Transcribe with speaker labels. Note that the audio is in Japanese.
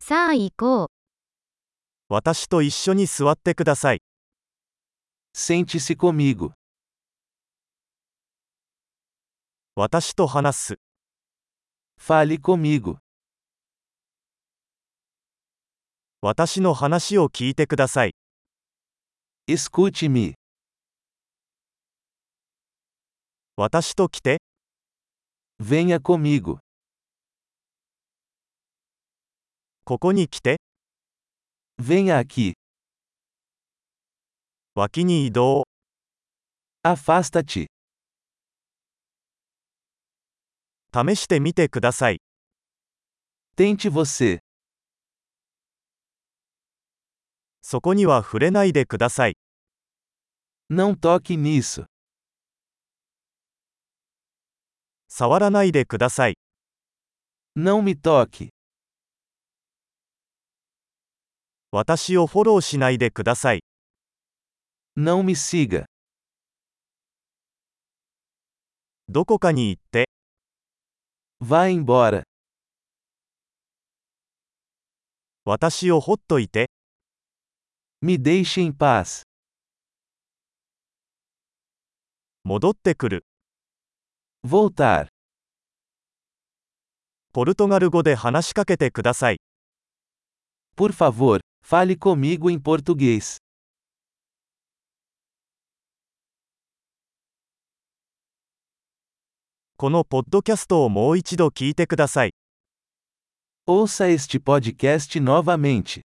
Speaker 1: さあ行こう。
Speaker 2: 私と一緒に座ってください。
Speaker 3: Sente-se comigo.
Speaker 2: 私と話す。
Speaker 3: Fale comigo.
Speaker 2: 私の話を聞いてください。
Speaker 3: Escute-me.
Speaker 2: 私と来て、
Speaker 3: Venha comigo.
Speaker 2: ここに来て、
Speaker 3: Venha aqui.
Speaker 2: 脇に移動。
Speaker 3: Afasta-te.
Speaker 2: 試してみてください。
Speaker 3: Tente você.
Speaker 2: そこには触れないでください。
Speaker 3: Não toque nisso.
Speaker 2: 触らないでください。
Speaker 3: Não me toque.
Speaker 2: 私をフォローしないでください。
Speaker 3: Não me siga.
Speaker 2: どこかに行って、
Speaker 3: Vá embora.
Speaker 2: 私をほっといて、
Speaker 3: Me deixe em paz.
Speaker 2: 戻ってくる。
Speaker 3: Voltar.
Speaker 2: ポルトガル語で話しかけてください。
Speaker 3: Por favor, fale comigo em português.
Speaker 2: このポッドキャストをもう一度聞いてください。
Speaker 3: Ouça este podcast novamente.